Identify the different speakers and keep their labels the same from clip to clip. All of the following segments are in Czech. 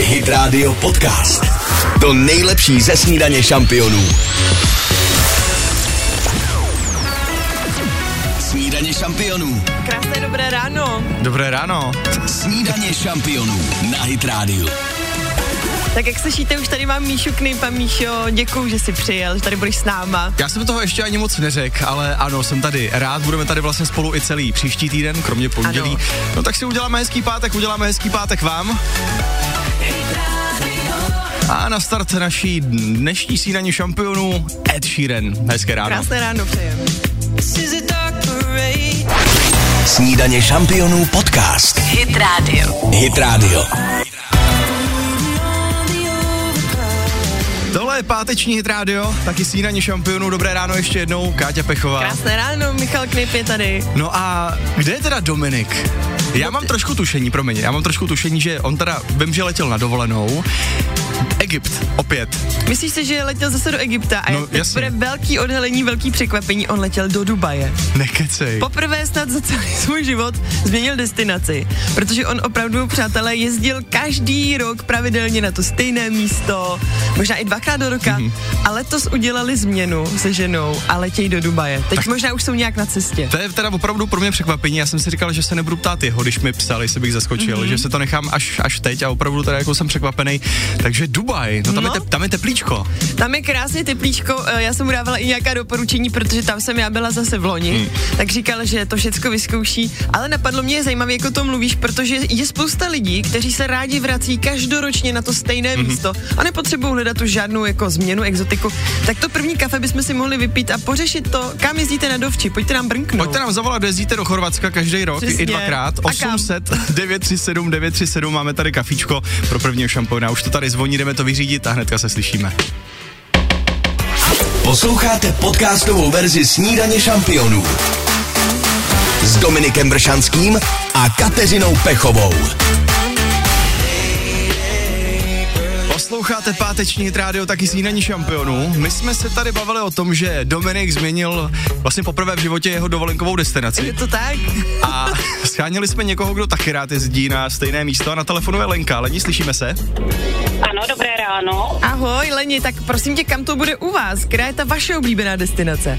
Speaker 1: Hit Radio Podcast. To nejlepší ze snídaně šampionů. Snídaně šampionů.
Speaker 2: Krásné dobré ráno.
Speaker 3: Dobré ráno.
Speaker 1: Snídaně šampionů na Hit Radio.
Speaker 2: Tak jak slyšíte, už tady mám Míšu Knipa. Míšo, děkuju, že jsi přijel, že tady budeš s náma.
Speaker 3: Já jsem toho ještě ani moc neřekl, ale ano, jsem tady. Rád budeme tady vlastně spolu i celý příští týden, kromě pondělí.
Speaker 2: Ano.
Speaker 3: No tak si uděláme hezký pátek, uděláme hezký pátek vám. A na start naší dnešní sídaní šampionů Ed Sheeran. Hezké ráno.
Speaker 2: Krásné ráno přejem.
Speaker 1: Snídaně šampionů podcast. Hit Radio. Hit Radio.
Speaker 3: Tohle je páteční hit rádio, taky sídaní šampionů. Dobré ráno ještě jednou, Káťa Pechová.
Speaker 2: Krásné ráno, Michal Knip je tady.
Speaker 3: No a kde je teda Dominik? Já mám trošku tušení, promiň, já mám trošku tušení, že on teda, vím, že letěl na dovolenou. Egypt, opět.
Speaker 2: Myslíš si, že letěl zase do Egypta a
Speaker 3: No,
Speaker 2: jak teď
Speaker 3: jasně.
Speaker 2: bude velký odhalení, velký překvapení, on letěl do Dubaje.
Speaker 3: Nekecej.
Speaker 2: Poprvé snad za celý svůj život změnil destinaci, protože on opravdu, přátelé, jezdil každý rok pravidelně na to stejné místo, možná i dvakrát do roka,
Speaker 3: Mhm.
Speaker 2: mm-hmm. a letos udělali změnu se ženou a letějí do Dubaje. Teď tak. možná už jsou nějak na cestě.
Speaker 3: To je teda opravdu pro mě překvapení. Já jsem si říkal, že se nebudu ptát jeho, když mi psali, jestli bych zaskočil,
Speaker 2: Mhm.
Speaker 3: mm-hmm. že se to nechám až, až teď a opravdu teda jako jsem překvapený. Takže Dubaj, no tam, no?
Speaker 2: No.
Speaker 3: Je, te, tam je teplíčko.
Speaker 2: Tam je krásně teplíčko, eh, já jsem mu dávala i nějaká doporučení, protože tam jsem já byla zase v loni, hmm. tak říkala, že to všecko vyzkouší, ale napadlo mě je zajímavé, jak o tom mluvíš, protože je spousta lidí, kteří se rádi vrací každoročně na to stejné hmm. místo a nepotřebují hledat už žádnou jako změnu, exotiku. Tak to první kafe bychom si mohli vypít a pořešit to, kam jezdíte na dovči, pojďte nám brnknout.
Speaker 3: Pojďte nám zavolat, jezdíte do Chorvatska každý rok,
Speaker 2: Přesně.
Speaker 3: i dvakrát.
Speaker 2: A kam?
Speaker 3: 800 937 937 máme tady kafičko pro prvního šampona. Už to tady zvoní, jdeme to vyřídit a hnedka se slyšíme.
Speaker 1: Posloucháte podcastovou verzi Snídaně šampionů. S Dominikem Bršanským a Kateřinou Pechovou.
Speaker 3: Posloucháte páteční hit rádio taky snídaní šampionů. My jsme se tady bavili o tom, že Dominik změnil vlastně poprvé v životě jeho dovolenkovou
Speaker 2: Je
Speaker 3: destinaci
Speaker 2: to tak?
Speaker 3: a scháněli jsme někoho, kdo taky rád jezdí na stejné místo a na telefonu je Lenka. Lení, slyšíme se?
Speaker 4: Ano, dobré ráno.
Speaker 2: Ahoj, Leni, tak prosím tě, kam to bude u vás? Která je ta vaše oblíbená destinace?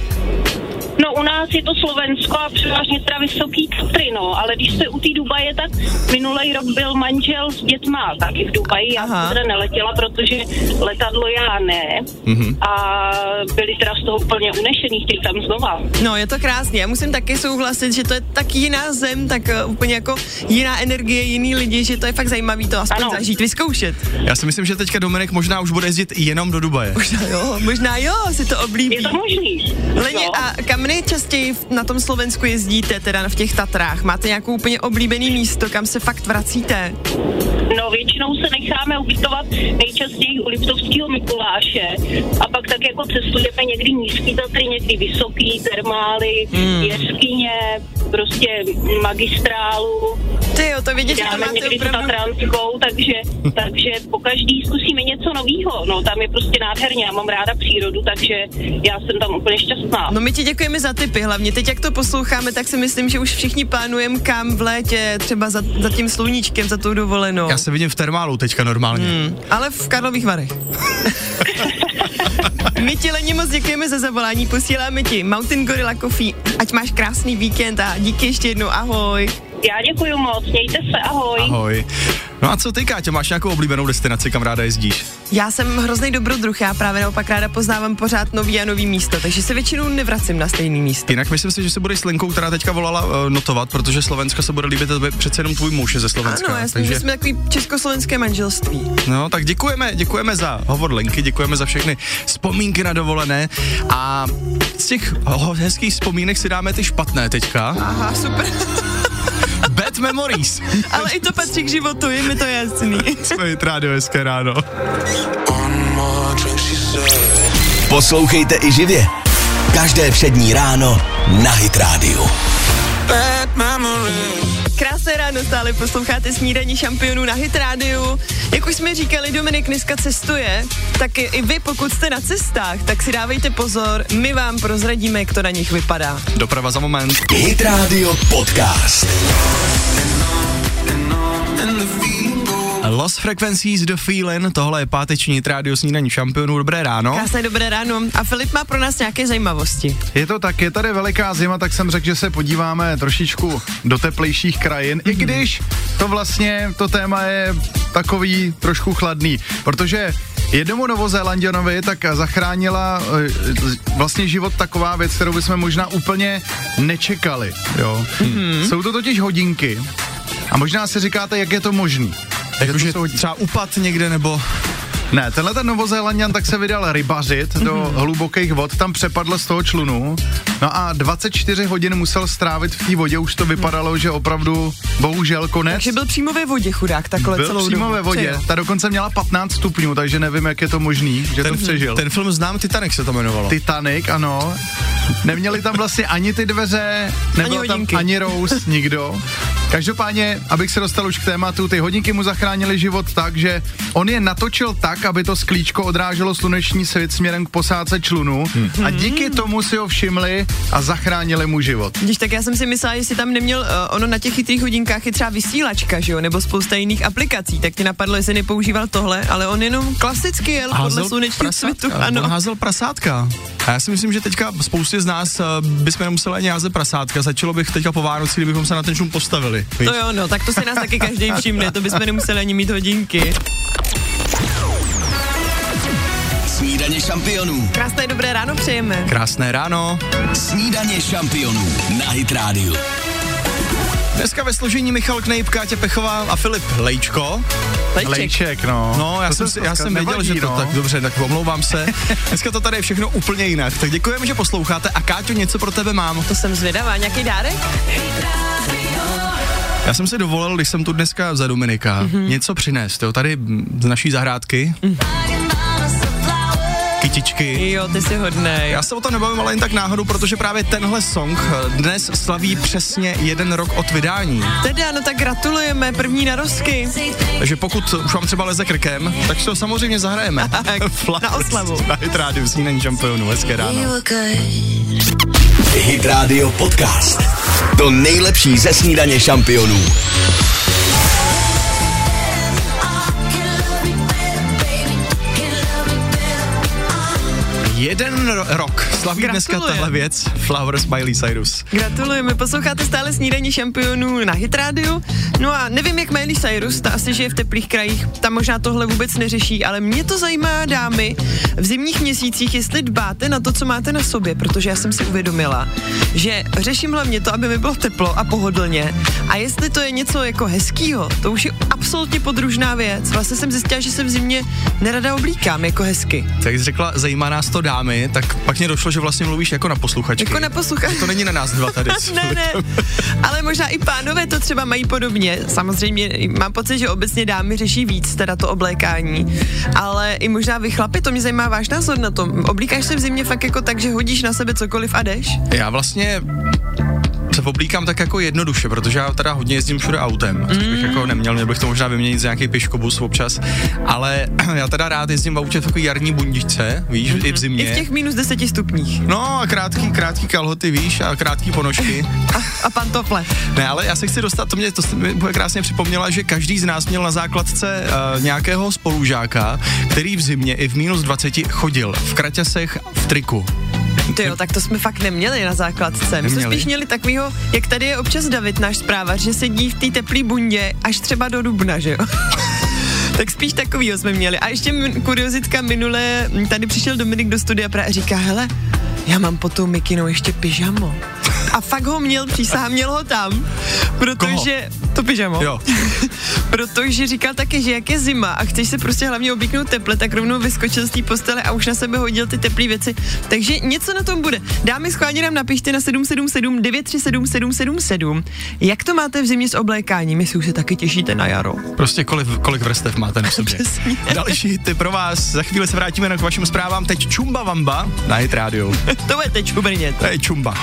Speaker 4: No u nás je to Slovensko a převážně teda Vysoký Tatry, no, ale když jste u té Dubaje, tak minulý rok byl manžel s dětma taky v Dubaji, já
Speaker 2: Aha.
Speaker 4: jsem teda neletěla, protože letadlo já ne
Speaker 2: Mhm.
Speaker 4: mm-hmm. a byli teda z toho úplně unešený, chtěli tam znova.
Speaker 2: No, je to krásně. Já musím taky souhlasit, že to je tak jiná zem, tak uh, úplně jako jiná energie, jiný lidi, že to je fakt zajímavý to aspoň ano.
Speaker 4: Ano.
Speaker 2: zažít, vyzkoušet.
Speaker 3: Já si myslím, že teďka Dominik možná už bude jezdit jenom do Dubaje.
Speaker 2: Možná jo, možná jo, si to
Speaker 4: Je
Speaker 2: oblíbí.
Speaker 4: to možný?
Speaker 2: Leně,
Speaker 4: Jo.
Speaker 2: a kam nejčastěji v- na tom Slovensku jezdíte, teda v těch Tatrách? Máte nějakou úplně oblíbený místo, kam se fakt vracíte?
Speaker 4: No, většinou se necháme ubytovat nejčastěji u Liptovského Mikuláše a pak tak jako cestujeme někdy nízký Tatry, někdy vysoký, termály, mm. jeskyně, prostě magistrálu,
Speaker 2: Ty jo, to vidět, že to
Speaker 4: děláme
Speaker 2: máte
Speaker 4: někdy tu
Speaker 2: opravdu...
Speaker 4: Tatranskou, takže, takže po každý zkusíme něco novýho. No, tam je prostě nádherně, já mám ráda přírodu, takže já jsem tam úplně šťastná.
Speaker 2: No my ti děkujeme za tipy hlavně. Teď jak to posloucháme, tak si myslím, že už všichni plánujeme kam v létě, třeba za, za tím sluníčkem, za tou dovolenou.
Speaker 3: Já se vidím v termálu teďka normálně.
Speaker 2: Hmm, ale v Karlových Varech. My ti Leni moc děkujeme za zavolání, posíláme ti Mountain Gorilla Coffee, ať máš krásný víkend a díky ještě jednou, ahoj.
Speaker 4: Já děkuji moc, mějte se, ahoj.
Speaker 3: Ahoj. No a co ty, Káťo, máš nějakou oblíbenou destinaci, kam ráda jezdíš?
Speaker 2: Já jsem hrozný dobrodruh, já právě naopak ráda poznávám pořád nový a nový místo, takže se většinou nevracím na stejný místo.
Speaker 3: Jinak myslím si, že se bude s Linkou, která teďka volala, eh, notovat, protože Slovensko se bude líbit, to je přece jenom tvůj muž je ze Slovenska.
Speaker 2: Ano, já si myslím,
Speaker 3: takže,
Speaker 2: že jsme takový československé manželství.
Speaker 3: No, tak děkujeme, děkujeme za hovor Lenky, děkujeme za všechny vzpomínky na dovolené a z těch ho- hezkých vzpomínek si dáme ty špatné teďka.
Speaker 2: Aha, super,
Speaker 3: Bad Memories.
Speaker 2: ale i to patří k životu, je mi to jasný.
Speaker 3: Jsme jít rádio, hezké ráno.
Speaker 1: Poslouchejte i živě. Každé přední ráno na Hit Radio.
Speaker 2: Krásné ráno stále posloucháte snídaní šampionů na Hit Radio. Jak už jsme říkali, Dominik dneska cestuje, tak i- i vy, pokud jste na cestách, tak si dávejte pozor, my vám prozradíme, jak to na nich vypadá.
Speaker 3: Doprava za moment.
Speaker 1: Hit Radio Podcast.
Speaker 3: Los Frequencies The Feeling, tohle je páteční rádio snídaní šampionů, dobré ráno.
Speaker 2: Krásné dobré ráno. A Filip má pro nás nějaké zajímavosti.
Speaker 5: Je to tak, je tady veliká zima, tak jsem řekl, že se podíváme trošičku do teplejších krajin, mm-hmm. i když to vlastně, to téma je takový trošku chladný, protože Jednomu Novozélanděnovi tak zachránila eh, vlastně život taková věc, kterou bychom možná úplně nečekali. Jo. Mm-hmm. Jsou to totiž hodinky a možná si říkáte, jak je to možný.
Speaker 3: Jakože třeba upad někde nebo...
Speaker 5: Ne, tenhle ten Novozélandian tak se vydal rybařit do
Speaker 2: Mhm.
Speaker 5: hlubokých vod, tam přepadl z toho člunu, no a 24 hodin musel strávit v té vodě, už to vypadalo, že opravdu bohužel konec.
Speaker 2: Takže byl přímo ve vodě chudák takhle
Speaker 5: Byl
Speaker 2: celou
Speaker 5: přímo
Speaker 2: dobu.
Speaker 5: ve vodě,
Speaker 2: Přejel.
Speaker 5: ta dokonce měla 15 stupňů, takže nevím, jak je to možný, že to přežil.
Speaker 3: Ten film znám, Titanic se to jmenovalo.
Speaker 5: Titanic, ano. Neměli tam vlastně ani ty dveře, nebyl tam
Speaker 2: hodinky.
Speaker 5: ani Rose, nikdo. Každopádně, abych se dostal už k tématu, ty hodinky mu zachránily život tak, že on je natočil tak, aby to sklíčko odráželo sluneční svět směrem k posádce člunu
Speaker 3: Hm.
Speaker 5: hmm. a díky tomu si ho všimli a zachránili mu život.
Speaker 2: Když tak já jsem si myslela, jestli tam neměl, uh, ono na těch chytrých hodinkách je třeba vysílačka, že jo, nebo spousta jiných aplikací, tak ti napadlo, jestli nepoužíval tohle, ale on jenom klasicky jel podle slunečního světu, ano.
Speaker 3: On házel prasátka. A já si myslím, že teďka spoustě z nás eh, bychom nemuseli ani házet prasátka. Začalo bych teďka po Vánoci, kdybychom se na ten šum postavili. Víš?
Speaker 2: To jo, no, tak to se nás taky každý všimne, to bychom nemuseli ani mít hodinky.
Speaker 1: Snídaně šampionů.
Speaker 2: Krásné dobré ráno přejeme.
Speaker 3: Krásné ráno.
Speaker 1: Snídaně šampionů na Hit Radio.
Speaker 3: Dneska ve složení Michal Knejp, Kátě Pechová a Filip Lejčko.
Speaker 2: Lejček.
Speaker 5: Lejček, no.
Speaker 3: No, já
Speaker 5: To
Speaker 3: jsem,
Speaker 5: se
Speaker 3: si, já
Speaker 5: dneska
Speaker 3: jsem věděl,
Speaker 5: nevadí,
Speaker 3: že to
Speaker 5: no.
Speaker 3: tak dobře, tak omlouvám se. Dneska to tady je všechno úplně jinak. Tak děkujeme, že posloucháte a Káťo, něco pro tebe mám.
Speaker 2: To jsem zvědavá, nějaký dárek?
Speaker 3: Já jsem si dovolil, když jsem tu dneska za Dominika,
Speaker 2: Mhm.
Speaker 3: mm-hmm. něco přinést, jo, tady mm, z naší zahrádky. Mm. Kytičky.
Speaker 2: Jo, ty jsi hodnej.
Speaker 3: Já se o to nebavím, ale jen tak náhodou, protože právě tenhle song eh, dnes slaví přesně jeden rok od vydání.
Speaker 2: Teda, no tak gratulujeme, první narozky.
Speaker 3: Takže pokud už vám třeba leze krkem, tak si to samozřejmě zahrajeme.
Speaker 2: Tak, na oslavu.
Speaker 3: Na Hit Radio, snídaní šampionů, no, hezké ráno.
Speaker 1: Hit Radio Podcast. To nejlepší ze snídaně šampionů.
Speaker 3: Jeden ro- rok slaví dneska
Speaker 2: Gratulujem.
Speaker 3: tahle věc Flowers by Lee Cyrus.
Speaker 2: Gratulujeme, posloucháte stále snídaní šampionů na Hitrádiu. No a nevím, jak Miley Cyrus, ta asi žije v teplých krajích, ta možná tohle vůbec neřeší, ale mě to zajímá, dámy, v zimních měsících, jestli dbáte na to, co máte na sobě, protože já jsem si uvědomila, že řeším hlavně to, aby mi bylo teplo a pohodlně. A jestli to je něco jako hezkýho, to už je absolutně podružná věc. Vlastně jsem zjistila, že se v zimě nerada oblíkám jako hezky.
Speaker 3: Tak jsi řekla, zajímá nás to dámy, tak pak mě došlo, že vlastně mluvíš jako na posluchačky.
Speaker 2: Jako na posluchač.
Speaker 3: To není na nás dva tady.
Speaker 2: ne, ne, ale možná i pánové to třeba mají podobně. Samozřejmě mám pocit, že obecně dámy řeší víc teda to oblékání, ale i možná vy chlapi, to mě zajímá váš názor na tom. Oblíkáš se v zimě fakt jako tak, že hodíš na sebe cokoliv a jdeš?
Speaker 3: Já vlastně se oblíkám tak jako jednoduše, protože já teda hodně jezdím všude autem, což
Speaker 2: Mm.
Speaker 3: bych jako neměl, měl bych to možná vyměnit za nějaký piškobus občas, ale já teda rád jezdím v autě v takové jarní bundičce, víš, i v zimě.
Speaker 2: Mhm. I v těch minus deseti stupních.
Speaker 3: No a krátký, krátký kalhoty, víš, a krátký ponožky.
Speaker 2: A pantofle.
Speaker 3: Ne, ale já se chci dostat, to mě, to jste mi úplně krásně připomněla, že každý z nás měl na základce uh, nějakého spolužáka, který v zimě i v minus 20 chodil v kraťasech v triku.
Speaker 2: Ty jo, tak to jsme fakt neměli na základce. My jsme
Speaker 3: Neměli.
Speaker 2: spíš měli takovýho, jak tady je občas David, náš zprávař, že sedí v té teplé bundě až třeba do dubna, že jo? tak spíš takovýho jsme měli. A ještě min- kuriozitka minule, m, tady přišel Dominik do studia pra- a říká, hele, já mám pod tou mikinou ještě pyžamo. A fakt ho měl, přísahám, měl ho tam, protože... To pyžamo.
Speaker 3: Jo.
Speaker 2: Protože říkal taky, že jak je zima a chceš se prostě hlavně oblíknout teple, tak rovnou vyskočil z té postele a už na sebe hodil ty teplé věci. Takže něco na tom bude. Dámy, schválně nám napište na 777 937 777. Jak to máte v zimě s oblékáním, jestli už se taky těšíte na jaro?
Speaker 3: Prostě kolik, kolik vrstev máte na sobě.
Speaker 2: Přesně.
Speaker 3: Další ty pro vás. Za chvíli se vrátíme k vašim zprávám. Teď Čumba Vamba na Hit Radio.
Speaker 2: To bude teď ubrnět.
Speaker 3: To je Čumba.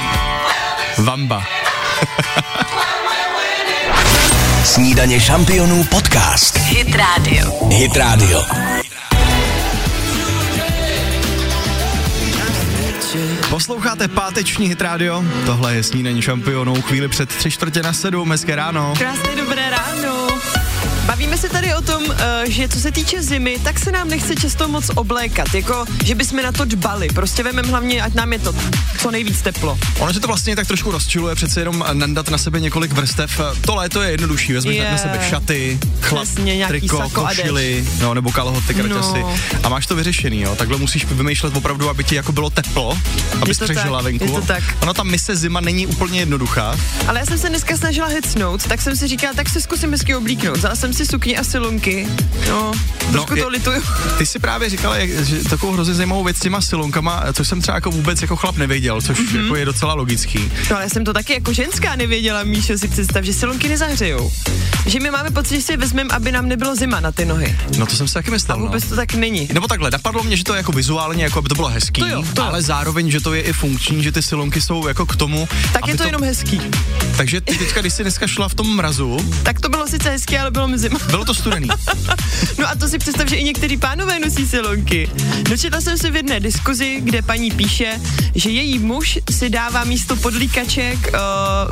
Speaker 3: Vamba.
Speaker 1: Snídaně šampionů podcast.
Speaker 6: Hit Radio.
Speaker 1: Hit Radio.
Speaker 3: Posloucháte páteční Hit Radio. Tohle je snídaní šampionů. Chvíli před tři čtvrtě na sedm. Hezké ráno.
Speaker 2: Krásné dobré ráno. Bavíme bavíme se tady o tom, eh, že co se týče zimy, tak se nám nechce často moc oblékat, jako že bychom na to dbali. Prostě vememe hlavně, ať nám je to co nejvíc teplo.
Speaker 3: Ono se to vlastně tak trošku rozčiluje, přece jenom nandat na sebe několik vrstev. To léto je jednodušší, vezmeš
Speaker 2: Je.
Speaker 3: na sebe šaty, chlap,
Speaker 2: Přesně, nějaký
Speaker 3: triko,
Speaker 2: sako a jdeš.
Speaker 3: košili, no, nebo kalhoty, kraťasy.
Speaker 2: No.
Speaker 3: A máš to vyřešený, jo. Takhle musíš vymýšlet opravdu, aby ti jako bylo teplo,
Speaker 2: to
Speaker 3: aby střežila
Speaker 2: tak,
Speaker 3: venku.
Speaker 2: je to tak.
Speaker 3: Ono tam mise zima není úplně jednoduchá.
Speaker 2: Ale já jsem se dneska snažila hecnout, tak jsem si říkala, tak se zkusím hezky oblíknout. Vzala jsem si sukni a silonky. No, trošku
Speaker 3: je-
Speaker 2: to lituju.
Speaker 3: Ty si právě říkala jak, že takovou hrozně zajímavou věc s těma silonkama, což jsem třeba jako vůbec jako chlap nevěděl, což
Speaker 2: Mhm.
Speaker 3: mm-hmm. jako je docela logický.
Speaker 2: No ale já jsem to taky jako ženská nevěděla, Míšo, si představ, že silonky nezahřejou. Že my máme pocit, že si je vezmeme, aby nám nebylo zima na ty nohy.
Speaker 3: No to jsem si taky myslel.
Speaker 2: A vůbec
Speaker 3: no.
Speaker 2: to tak není.
Speaker 3: Nebo takhle, napadlo mě, že to je jako vizuálně, jako aby to bylo hezký,
Speaker 2: To jo, to jo.
Speaker 3: ale zároveň, že to je i funkční, že ty silonky jsou jako k tomu.
Speaker 2: Tak
Speaker 3: aby
Speaker 2: je to jenom hezký.
Speaker 3: Takže ty teďka, když jsi dneska šla v tom mrazu,
Speaker 2: Tak to bylo sice hezké, ale bylo mi zima.
Speaker 3: bylo to studený.
Speaker 2: No a to si představ, že i některý pánové nosí silonky. Dočetla jsem se v jedné diskuzi, kde paní píše, že její muž si dává místo podlíkaček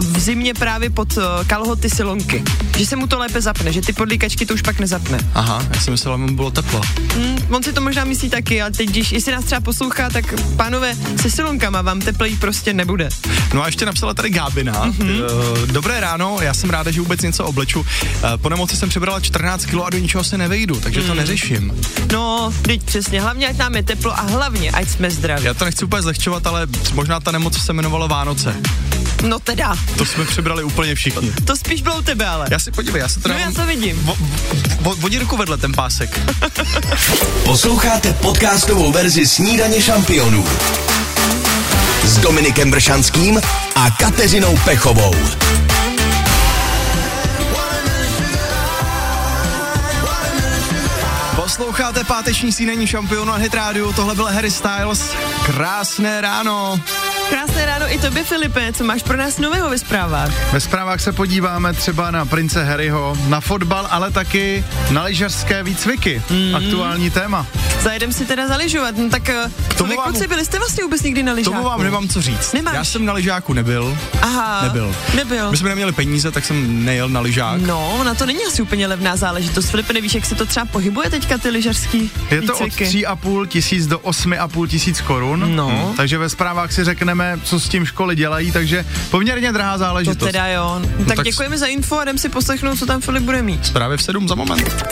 Speaker 2: uh, v zimě právě pod uh, kalhoty silonky. Že se mu to lépe zapne, že ty podlíkačky to už pak nezapne.
Speaker 3: Aha, já jsem myslel, aby mu bylo teplo.
Speaker 2: Mm, on si to možná myslí taky, ale teď, když jestli nás třeba poslouchá, tak pánové se silonkama vám teplej prostě nebude.
Speaker 3: No a ještě napsala tady Gábina.
Speaker 2: Mhm.
Speaker 3: Mm-hmm. Dobré ráno, já jsem ráda, že vůbec něco obleču. Eh, Po nemoci jsem přibrala 14 kg a do ničeho se nevejdu, takže
Speaker 2: Mhm.
Speaker 3: to neřeším.
Speaker 2: No, teď přesně, hlavně ať nám je teplo a hlavně ať jsme zdraví.
Speaker 3: Já to nechci úplně zlehčovat, ale možná ta nemoc se jmenovala Vánoce.
Speaker 2: No teda,
Speaker 3: To jsme přebrali úplně všichni.
Speaker 2: to spíš bylo u tebe ale.
Speaker 3: Já si podívej, já se teda...
Speaker 2: No já to vidím.
Speaker 3: Vo, vo, vodí ruku vedle ten pásek.
Speaker 1: Posloucháte podcastovou verzi Snídaně šampionů s Dominikem Bršanským a Kateřinou Pechovou.
Speaker 3: Posloucháte páteční sídení šampionu a hit rádiu, tohle byl Harry Styles. Krásné ráno.
Speaker 2: Krásné ráno i tobě, Filipe, co máš pro nás nového ve zprávách?
Speaker 5: Ve zprávách se podíváme třeba na prince Harryho, na fotbal, ale taky na lyžařské výcviky.
Speaker 3: Mhm.
Speaker 5: Aktuální téma.
Speaker 2: Zajedem si teda zaližovat, no tak eh,
Speaker 3: tomu
Speaker 2: vy
Speaker 3: vám-
Speaker 2: kluci, byli jste vlastně vůbec nikdy na lyžáku?
Speaker 3: Tomu vám nemám co říct.
Speaker 2: Nemáš.
Speaker 3: Já jsem na lyžáku nebyl.
Speaker 2: Aha,
Speaker 3: Nebyl.
Speaker 2: Nebyl.
Speaker 3: My jsme neměli peníze, tak jsem nejel na lyžák.
Speaker 2: No, na to není asi úplně levná záležitost. Filipe, nevíš, jak se to třeba pohybuje teďka ty lyžařský
Speaker 5: Je to od
Speaker 2: výcviky?
Speaker 5: 3,5 tisíc do 8,5 tisíc korun.
Speaker 2: No.
Speaker 5: Hm, Takže ve zprávách si řekneme, co s tím školy dělají, takže poměrně drahá
Speaker 2: To
Speaker 5: záležitost.
Speaker 2: teda jo. No, tak,
Speaker 3: tak s-
Speaker 2: tak děkujeme za info a jdem si poslechnout, co tam Filip bude mít.
Speaker 3: Právě v sedm za moment.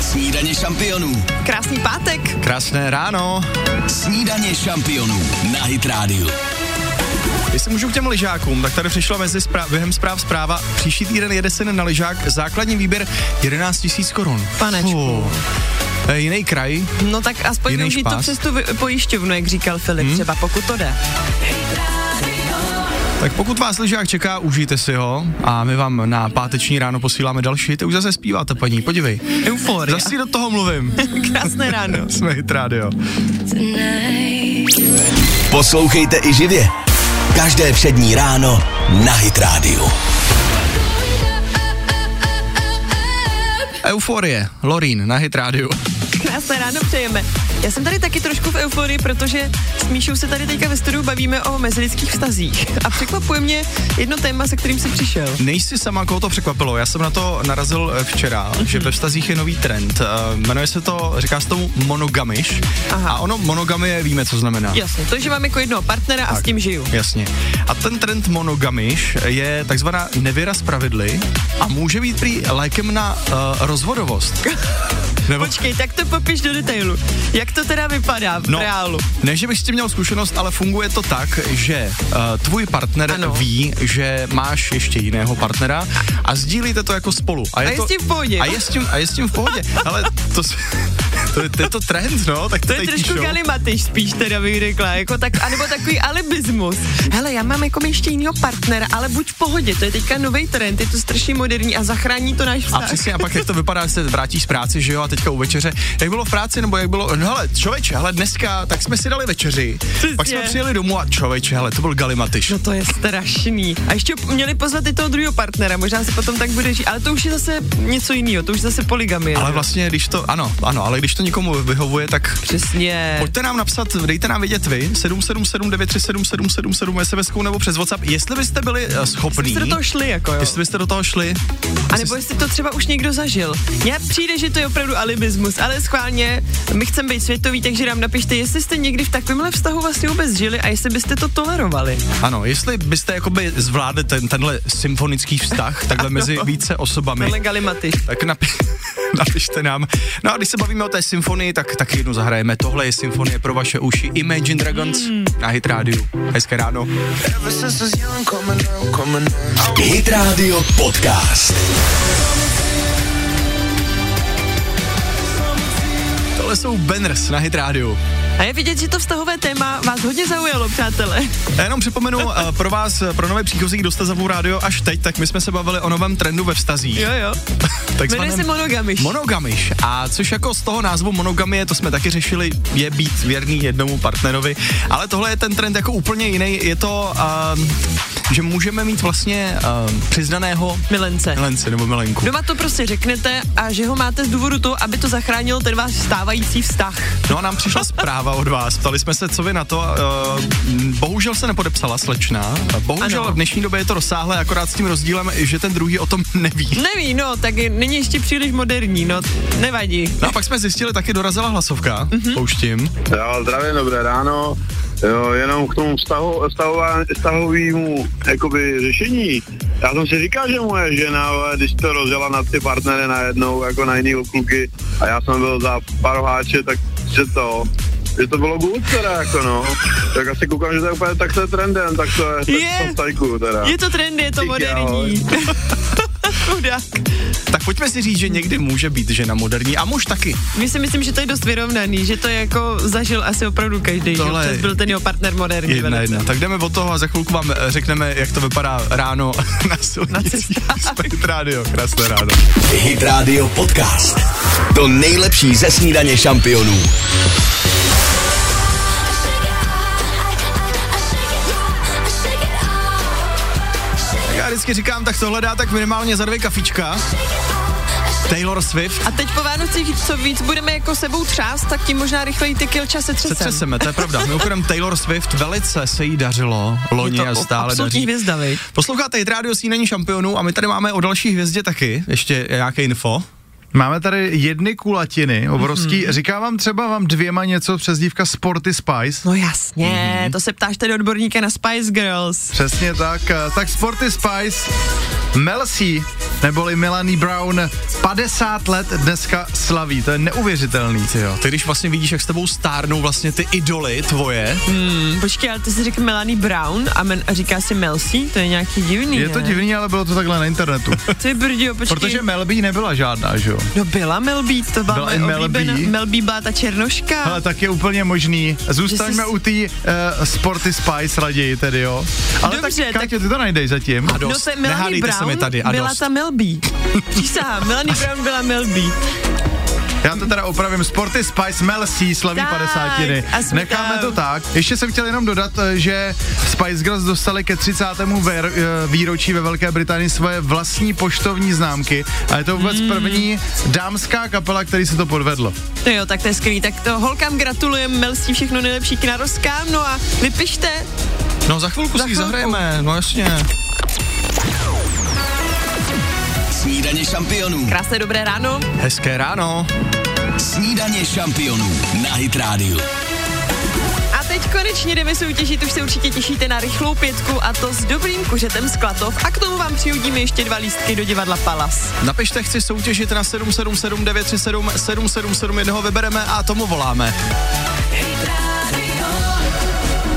Speaker 1: Snídaně šampionů.
Speaker 2: Krásný pátek.
Speaker 3: Krásné ráno.
Speaker 1: Snídaně šampionů na Hit Radio.
Speaker 3: Jestli můžu k těm lyžákům, tak tady přišla mezi zpráv, během zpráv zpráva. Příští týden jede se na lyžák, základní výběr 11 tisíc korun.
Speaker 2: Panečku.
Speaker 3: Fuh. Eh, Jiný kraj,
Speaker 2: No tak aspoň
Speaker 3: Jiný
Speaker 2: využít to
Speaker 3: špás.
Speaker 2: přes tu vy- pojišťovnu, jak říkal Filip, hmm? třeba pokud to jde.
Speaker 3: Tak pokud vás lyžák čeká, užijte si ho a my vám na páteční ráno posíláme další. Ty už zase zpíváte, paní, podívej.
Speaker 2: Euforia.
Speaker 3: Zase do toho mluvím.
Speaker 2: Krásné ráno.
Speaker 3: Jsme hit rádio.
Speaker 1: Poslouchejte i živě. Každé přední ráno na Hit Radio.
Speaker 3: Euforie, Lorín na hit rádiu.
Speaker 2: Krásné ráno přejeme. Já jsem tady taky trošku v euforii, protože s Míšou se tady teďka ve studiu bavíme o mezilidských vztazích. A překvapuje mě jedno téma, se kterým jsi přišel.
Speaker 3: Nejsi sama, koho to překvapilo. Já jsem na to narazil eh, včera, že ve vztazích je nový trend. Eh, Jmenuje se to, říká se tomu monogamiš.
Speaker 2: Aha.
Speaker 3: A ono monogamie víme, co znamená.
Speaker 2: Jasně, to, že mám jako jednoho partnera a s tím žiju.
Speaker 3: Jasně. A ten trend monogamiš je takzvaná nevěra z pravidly a může být prý lékem na uh, rozvodovost. Nebo...
Speaker 2: Počkej, tak to popiš do detailu. Jak to teda vypadá
Speaker 3: No,
Speaker 2: v reálu?
Speaker 3: Ne, že bych s tím měl zkušenost, ale funguje to tak, že uh, tvůj partner
Speaker 2: Ano.
Speaker 3: ví, že máš ještě jiného partnera a sdílíte to jako spolu.
Speaker 2: A je
Speaker 3: to,
Speaker 2: s tím v pohodě.
Speaker 3: A je s tím, a je s tím v pohodě. Ale to, s- to, je, to je to trend, no. Tak
Speaker 2: To je
Speaker 3: tady
Speaker 2: trošku
Speaker 3: píšou.
Speaker 2: galimatyš spíš teda bych řekla, jako tak, anebo takový alibismus. Hele, já mám jako ještě jinýho partnera, ale buď v pohodě, to je teďka nový trend, je to strašně moderní a zachrání to náš
Speaker 3: A
Speaker 2: vztah.
Speaker 3: přesně, a pak jak to vypadá, že se vrátíš z práce, že jo, a teďka u večeře, jak bylo v práci, nebo jak bylo, no hele, člověče, hele, dneska, tak jsme si dali večeři,
Speaker 2: Přesně.
Speaker 3: pak jsme přijeli domů a člověče, hele, to byl galimatyš.
Speaker 2: No to je strašný. A ještě měli pozvat i toho druhého partnera, možná se potom tak bude žít, ale to už je zase něco jiného, to už je zase poligamie.
Speaker 3: Ale vlastně, když to, ano, ano, ale když to to někomu vyhovuje, tak
Speaker 2: Přesně.
Speaker 3: Pojďte nám napsat, dejte nám vědět vy, 777 sms nebo přes WhatsApp, jestli byste byli eh,
Speaker 2: Jestli
Speaker 3: schopní,
Speaker 2: jste do toho šli, jako jo.
Speaker 3: jestli byste do toho šli,
Speaker 2: A nebo jestli to třeba už někdo zažil. Mně přijde, že to je opravdu alibismus, ale schválně, my chceme být světoví, takže nám napište, jestli jste někdy v takovémhle vztahu vlastně vůbec žili a jestli byste to tolerovali.
Speaker 3: ano, jestli byste jakoby zvládli ten, tenhle symfonický vztah, takhle mezi více osobami,
Speaker 2: Tohle galimaty.
Speaker 3: tak napi- napište nám. No a když se bavíme o té symfonii, tak taky jednu zahrajeme. Tohle je symfonie pro vaše uši Imagine Dragons
Speaker 2: Hmm.
Speaker 3: na Hit Radio. Hezké ráno.
Speaker 1: Hit Radio Podcast.
Speaker 3: Tohle jsou banners na Hit Radio.
Speaker 2: A je vidět, že to vztahové téma vás hodně zaujalo, přátelé.
Speaker 3: Já jenom připomenu eh, pro vás, eh, pro nové příchozí, kdo jste zavu rádio až teď, tak my jsme se bavili o novém trendu ve vztazích.
Speaker 2: Jo, jo. Jmenuje se monogamiš.
Speaker 3: Monogamiš. A což jako z toho názvu monogamie, to jsme taky řešili, je být věrný jednomu partnerovi. Ale tohle je ten trend jako úplně jiný. Je to, um, že můžeme mít vlastně um, přiznaného
Speaker 2: Milence.
Speaker 3: milenci nebo milenku.
Speaker 2: Doma to prostě řeknete a že ho máte z důvodu toho, aby to zachránilo ten váš stávající vztah.
Speaker 3: No a nám přišla zpráva od vás. Ptali jsme se, co vy na to. eh, m, Bohužel se nepodepsala slečna. Bohužel
Speaker 2: Ano.
Speaker 3: v dnešní době je to rozsáhlé, akorát s tím rozdílem, že ten druhý o tom neví.
Speaker 2: Neví, no, tak je- není ještě příliš moderní, no, nevadí.
Speaker 3: No a pak jsme zjistili, taky dorazila hlasovka,
Speaker 2: Mhm.
Speaker 3: mm-hmm. pouštím.
Speaker 6: Jo, zdravím, dobré ráno. Jo, jenom k tomu vztahu, vztahová- vztahovému jakoby, řešení. Já jsem si říkal, že moje žena, vole, když to rozjela na ty partnery najednou, jako na jiný kluky, a já jsem byl za paroháče, tak že to, že to bylo good teda, jako no. Tak asi koukám, že to je úplně takhle trendem, tak to je,
Speaker 2: Je.
Speaker 6: je. Tajku, teda.
Speaker 2: Je to trendy, je to
Speaker 6: Díky,
Speaker 2: moderní. Chudák.
Speaker 3: Tak pojďme si říct, že někdy může být žena moderní a muž taky.
Speaker 2: My si myslím, že to je dost vyrovnaný, že to je jako zažil asi opravdu každý, že
Speaker 3: Tohle
Speaker 2: občas byl ten jeho partner moderní.
Speaker 3: Jedna,
Speaker 2: velice.
Speaker 3: jedna. Tak jdeme od toho a za chvilku vám eh, řekneme, jak to vypadá ráno na silnici.
Speaker 2: cestách.
Speaker 3: Split Radio, krásné ráno.
Speaker 1: Hit Radio Podcast. To nejlepší ze snídaně šampionů.
Speaker 3: Tak já vždycky říkám, tak tohle dá tak minimálně za dvě kafička. Taylor Swift.
Speaker 2: A teď po Vánocích, co víc budeme jako sebou třást, tak tím možná rychleji ty kilča se
Speaker 3: Se
Speaker 2: třesem.
Speaker 3: třeseme, to je pravda. Mimochodem Taylor Swift velice se jí dařilo loni
Speaker 2: Je to
Speaker 3: a
Speaker 2: o-
Speaker 3: stále
Speaker 2: absolutní
Speaker 3: daří.
Speaker 2: hvězda, viď?
Speaker 3: Posloucháte Hit Radio Snídaní šampionů a my tady máme o další hvězdě taky ještě nějaké info.
Speaker 5: Máme tady jedny kulatiny, obrovský.
Speaker 2: Mhm.
Speaker 5: Mm-hmm. Říká vám třeba vám dvěma něco přezdívka Sporty Spice.
Speaker 2: No jasně, to se ptáš tady odborníka na Spice Girls.
Speaker 5: Přesně tak. eh, Tak Sporty Spice, Mel C, neboli Melanie Brown, 50 let dneska slaví. To je neuvěřitelný.
Speaker 3: Jo, ty když vlastně vidíš, jak s tebou stárnou vlastně ty idoly tvoje,
Speaker 2: Hm, Počkej, ale ty jsi řekl Melanie Brown a, men, a říká si Melsi, to je nějaký divný.
Speaker 5: Je to
Speaker 2: ne?
Speaker 5: divný, ale bylo to takhle na internetu.
Speaker 2: Ty brdio, počkej.
Speaker 5: Protože Mel B nebyla žádná, že jo?
Speaker 2: No byla Mel B, to byla,
Speaker 5: Byla
Speaker 2: byla
Speaker 5: i Mel
Speaker 2: Mel
Speaker 5: B.
Speaker 2: B. Mel B byla ta černoška.
Speaker 5: Ale tak je úplně možný. Zůstaňme
Speaker 2: Že jsi-
Speaker 5: u té uh, Sporty Spice raději tedy, jo. Ale
Speaker 2: Dobře,
Speaker 5: tak,
Speaker 2: tak-
Speaker 5: Káťo, ty to najdeš zatím.
Speaker 3: A dost.
Speaker 2: No to je Melanie
Speaker 3: Nehádejte se
Speaker 2: Brown
Speaker 3: mi tady. A
Speaker 2: byla
Speaker 3: dost.
Speaker 2: ta Mel B. Přísahám, Melanie Brown byla Mel B.
Speaker 5: Já to teda opravím. Sporty Spice Mel C slaví
Speaker 2: Tak,
Speaker 5: 50.
Speaker 2: a jsme
Speaker 5: Necháme
Speaker 2: tam.
Speaker 5: to tak. Ještě jsem chtěl jenom dodat, eh, že Spice Girls dostali ke 30. Ver, eh, výročí ve Velké Británii svoje vlastní poštovní známky a je to vůbec
Speaker 2: Hmm.
Speaker 5: mm. první dámská kapela, který se to podvedlo.
Speaker 2: No jo, tak to je skvělý. Tak to holkám gratulujeme, Melstí všechno nejlepší k narozkám. No a vypište,
Speaker 3: No za chvilku
Speaker 2: Za
Speaker 3: si ji
Speaker 2: chvilku.
Speaker 3: zahrajeme, no jasně.
Speaker 1: Snídaně šampionů.
Speaker 2: krásné dobré ráno.
Speaker 3: Hezké ráno.
Speaker 1: Snídaně šampionů na Hit Radio.
Speaker 2: A teď konečně jdeme soutěžit, už se určitě těšíte na rychlou pětku a to s dobrým kuřetem z Klatov. A k tomu vám přihodíme ještě dva lístky do divadla Palas.
Speaker 3: Napište, chci soutěžit na 777 937 777, jednoho vybereme a tomu voláme.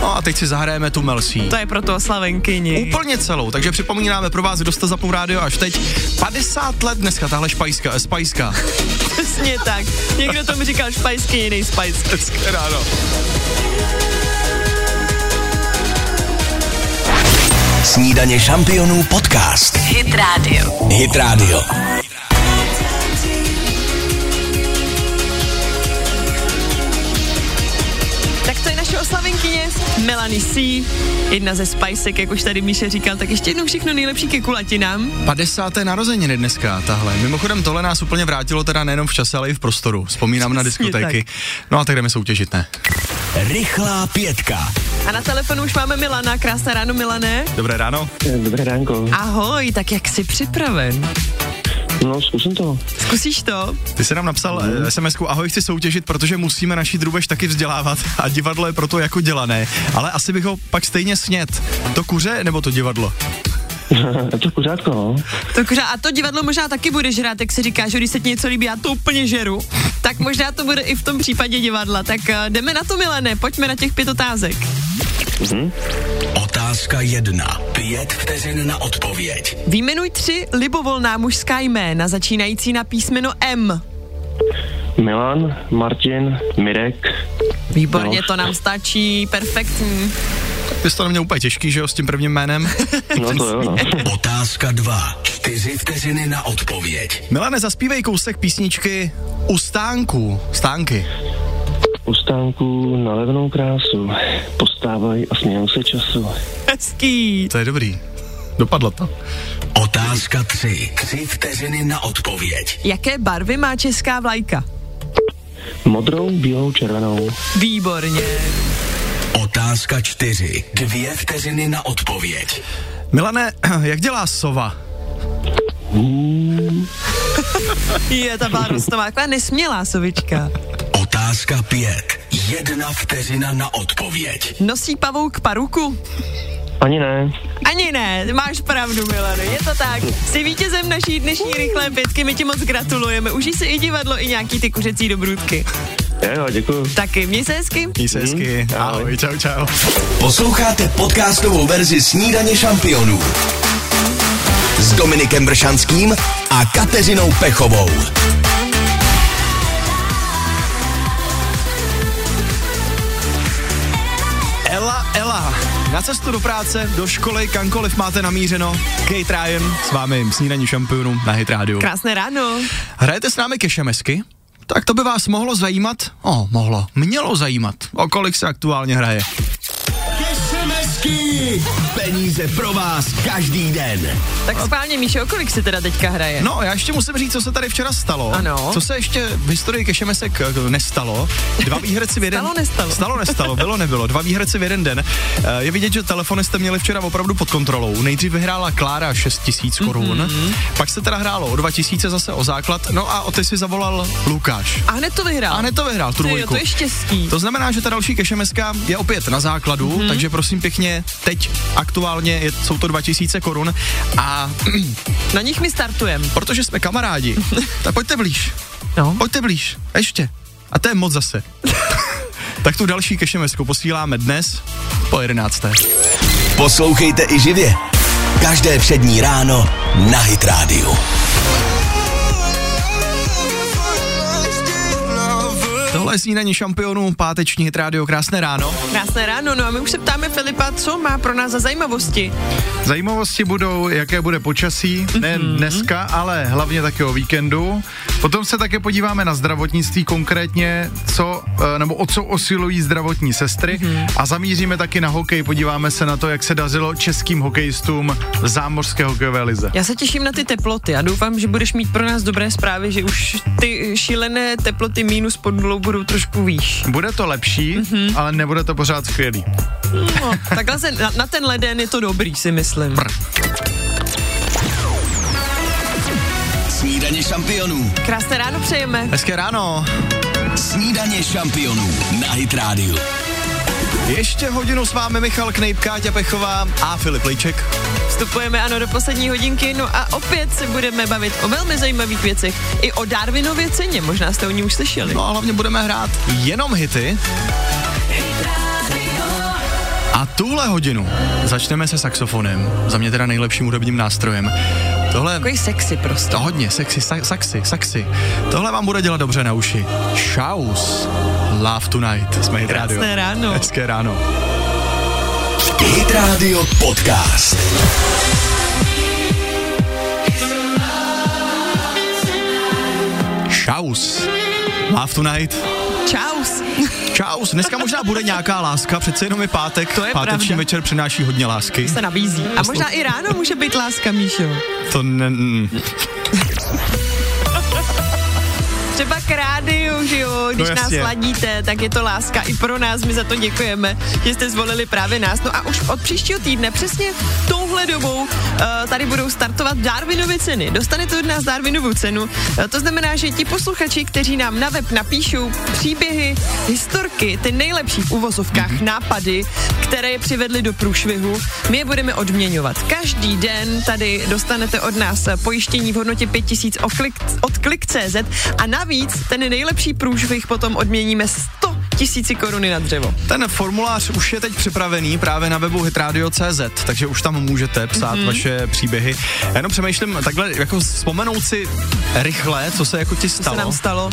Speaker 3: No a teď si zahrajeme tu Melsi.
Speaker 2: To je proto slavenkyni.
Speaker 3: Úplně celou, takže připomínáme pro vás, kdo jste zapnul rádio až teď. 50 let dneska tahle špajska, eh, spajska.
Speaker 2: Přesně tak. Někdo tomu říkal špajsky, jiný spajsky.
Speaker 3: Hezké ráno.
Speaker 1: Snídaně šampionů podcast.
Speaker 7: Hit Radio.
Speaker 1: Hit Radio.
Speaker 2: Tak to je naše oslavenkyně Melanie Lani C, jedna ze Spicek, jak už tady Míše říkal, tak ještě jednou všechno nejlepší ke kulatinám.
Speaker 3: 50. narozeniny dneska tahle. Mimochodem tohle nás úplně vrátilo teda nejenom v čase, ale i v prostoru. Vzpomínám na
Speaker 2: Přesně
Speaker 3: diskotéky. No a tak jdeme soutěžit, ne?
Speaker 1: Rychlá pětka.
Speaker 2: A na telefonu už máme Milana, krásné ráno Milané.
Speaker 3: Dobré ráno.
Speaker 7: Dobré ránko.
Speaker 2: Ahoj, tak jak jsi připraven?
Speaker 7: No, zkusím to.
Speaker 2: Zkusíš to?
Speaker 3: Ty jsi nám napsal mm. sms ahoj, chci soutěžit, protože musíme naší drubež taky vzdělávat a divadlo je proto jako dělané. Ale asi bych ho pak stejně snět. To kuře nebo to divadlo?
Speaker 7: to kuřátko, no.
Speaker 2: To kuře, a to divadlo možná taky budeš hrát, jak se říká, že když se ti něco líbí, já to úplně žeru. Tak možná to bude i v tom případě divadla. Tak eh, jdeme na to, Milané, pojďme na těch pět otázek.
Speaker 1: Otázka jedna. Pět vteřin na odpověď.
Speaker 2: Výjmenuj tři libovolná mužská jména, začínající na písmeno M.
Speaker 7: Milan, Martin, Mirek.
Speaker 2: Výborně,
Speaker 7: No.
Speaker 2: to nám stačí, perfektní.
Speaker 3: Ty jsi to na mě úplně těžký, že jo, s tím prvním jménem.
Speaker 7: No to jo, no.
Speaker 1: Otázka dva. Čtyři vteřiny na odpověď.
Speaker 3: Milane, zaspívej kousek písničky u stánku. Stánky.
Speaker 7: U stánku na levnou krásu. Postávají a smějou se času.
Speaker 2: Hezký.
Speaker 3: To je dobrý. Dopadlo to.
Speaker 1: Otázka tři. Tři vteřiny na odpověď.
Speaker 2: Jaké barvy má česká vlajka?
Speaker 7: Modrou, bílou, červenou.
Speaker 2: Výborně.
Speaker 1: Otázka čtyři. Dvě vteřiny na odpověď.
Speaker 3: Milane, jak dělá sova?
Speaker 2: Je, ta byla rostová, taková nesmělá sovička.
Speaker 1: Otázka pět. Jedna vteřina na odpověď.
Speaker 2: Nosí pavouk paruku?
Speaker 7: Ani ne.
Speaker 2: Ani ne, máš pravdu, Milano, je to tak. Jsi vítězem naší dnešní rychlé pětky, my ti moc gratulujeme. Užij si i divadlo, i nějaký ty kuřecí dobrůdky.
Speaker 7: Jo, děkuju.
Speaker 2: Taky, měj se hezky.
Speaker 3: Měj se hezky. Mhm. Ahoj, čau, čau.
Speaker 1: Posloucháte podcastovou verzi Snídaně šampionů s Dominikem Bršanským a Kateřinou Pechovou.
Speaker 3: Ela, Ela. Na cestu do práce, do školy, kamkoliv máte namířeno, Kate Ryan s vámi snídaní šampionů na Hit Radio.
Speaker 2: Krásné ráno.
Speaker 3: Hrajete s námi ke šemesky? Tak to by vás mohlo zajímat? O, mohlo. Mělo zajímat, o kolik se aktuálně hraje.
Speaker 1: SMSky! Peníze pro vás každý den.
Speaker 2: Tak schválně, Míšo, o kolik se teda teďka hraje?
Speaker 3: No, já ještě musím říct, co se tady včera stalo.
Speaker 2: Ano.
Speaker 3: Co se ještě v historii kešemesek eh, nestalo. Dva výherci v jeden...
Speaker 2: Stalo, nestalo.
Speaker 3: Stalo, nestalo, bylo, nebylo. Dva výherci v jeden den. Eh, Je vidět, že telefony jste měli včera opravdu pod kontrolou. Nejdřív vyhrála Klára 6 tisíc korun, mm-hmm.
Speaker 2: Mhm.
Speaker 3: pak se teda hrálo o 2 tisíce zase o základ, no a o ty si zavolal Lukáš.
Speaker 2: A hned to vyhrál.
Speaker 3: A hned to vyhrál, tu
Speaker 2: Ty jo,
Speaker 3: dvojku.
Speaker 2: to je štěstí.
Speaker 3: To znamená, že ta další kešemeska je opět na základu,
Speaker 2: Mhm.
Speaker 3: mm-hmm. takže prosím pěkně, teď aktuálně je, jsou to 2000 korun a
Speaker 2: Na nich my startujeme.
Speaker 3: protože jsme kamarádi, tak pojďte blíž,
Speaker 2: No.
Speaker 3: pojďte blíž, ještě. A to je moc zase. tak tu další kešemesku posíláme dnes po 11.
Speaker 1: Poslouchejte i živě. Každé přední ráno na Hit Radio.
Speaker 3: Tohle je snídaní šampionů, páteční hit rádio, krásné ráno.
Speaker 2: Krásné ráno, no a my už se ptáme Filipa, co má pro nás za zajímavosti.
Speaker 5: Zajímavosti budou, jaké bude počasí, ne dneska, ale hlavně taky o víkendu. Potom se také podíváme na zdravotnictví, konkrétně co, eh, nebo o co osilují zdravotní sestry a zamíříme taky na hokej, podíváme se na to, jak se dařilo českým hokejistům v zámořské hokejové lize.
Speaker 2: Já se těším na ty teploty a doufám, že budeš mít pro nás dobré zprávy, že už ty šílené teploty minus pod nulou budou trošku výš.
Speaker 5: Bude to lepší, ale nebude to pořád skvělý.
Speaker 2: No, takhle se, na, na ten leden je to dobrý, si myslím.
Speaker 1: Snídaně šampionů.
Speaker 2: Krásné ráno přejeme.
Speaker 3: Hezké ráno.
Speaker 1: Snídaně šampionů na Hit Radio.
Speaker 3: Ještě hodinu s vámi Michal Knejp, Káťa Pechová a Filip Lejček.
Speaker 2: Vstupujeme ano do poslední hodinky, no a opět se budeme bavit o velmi zajímavých věcech. I o Darwinově ceně, možná jste o ní už slyšeli.
Speaker 3: No a hlavně budeme hrát jenom hity. A tuhle hodinu začneme se saxofonem, za mě teda nejlepším hudebním nástrojem. Tohle
Speaker 2: Takový sexy prostě.
Speaker 3: to hodně, sexy, sa- saxy, saxy. Tohle vám bude dělat dobře na uši. Šaus, Love Tonight, jsme hit rádio.
Speaker 2: Krásné ráno.
Speaker 3: Hezké ráno.
Speaker 1: Hit Radio Podcast.
Speaker 3: Šaus, Love Tonight.
Speaker 2: Čaus.
Speaker 3: Čaus, dneska možná bude nějaká láska, přece jenom je pátek,
Speaker 2: To je
Speaker 3: páteční
Speaker 2: pravda.
Speaker 3: večer přináší hodně lásky.
Speaker 2: se nabízí. A možná i ráno může být láska, Míšo.
Speaker 3: To ne, mm.
Speaker 2: Třeba k rádiu, že jo, když
Speaker 3: No
Speaker 2: no nás
Speaker 3: jasně.
Speaker 2: ladíte, tak je to láska i pro nás, my za to děkujeme, že jste zvolili právě nás. No a už od příštího týdne přesně touhle dobou eh, tady budou startovat Darwinovy ceny. Dostanete od nás Darwinovu cenu, Eh, to znamená, že ti posluchači, kteří nám na web napíšou příběhy, historky, ty nejlepší v uvozovkách nápady, které je přivedly do průšvihu, my je budeme odměňovat. Každý den tady dostanete od nás eh, pojištění v hodnotě 5000 o klik, od klik.cz a navíc ten nejlepší průšvih potom odměníme 100 tisíci koruny na dřevo.
Speaker 3: Ten formulář už je teď připravený právě na webu hitradio.cz, takže už tam můžete psát
Speaker 2: Mhm.
Speaker 3: mm-hmm. vaše příběhy. Já jenom přemýšlím takhle, jako vzpomenout si rychle, co se jako ti
Speaker 2: Co
Speaker 3: stalo.
Speaker 2: nám stalo?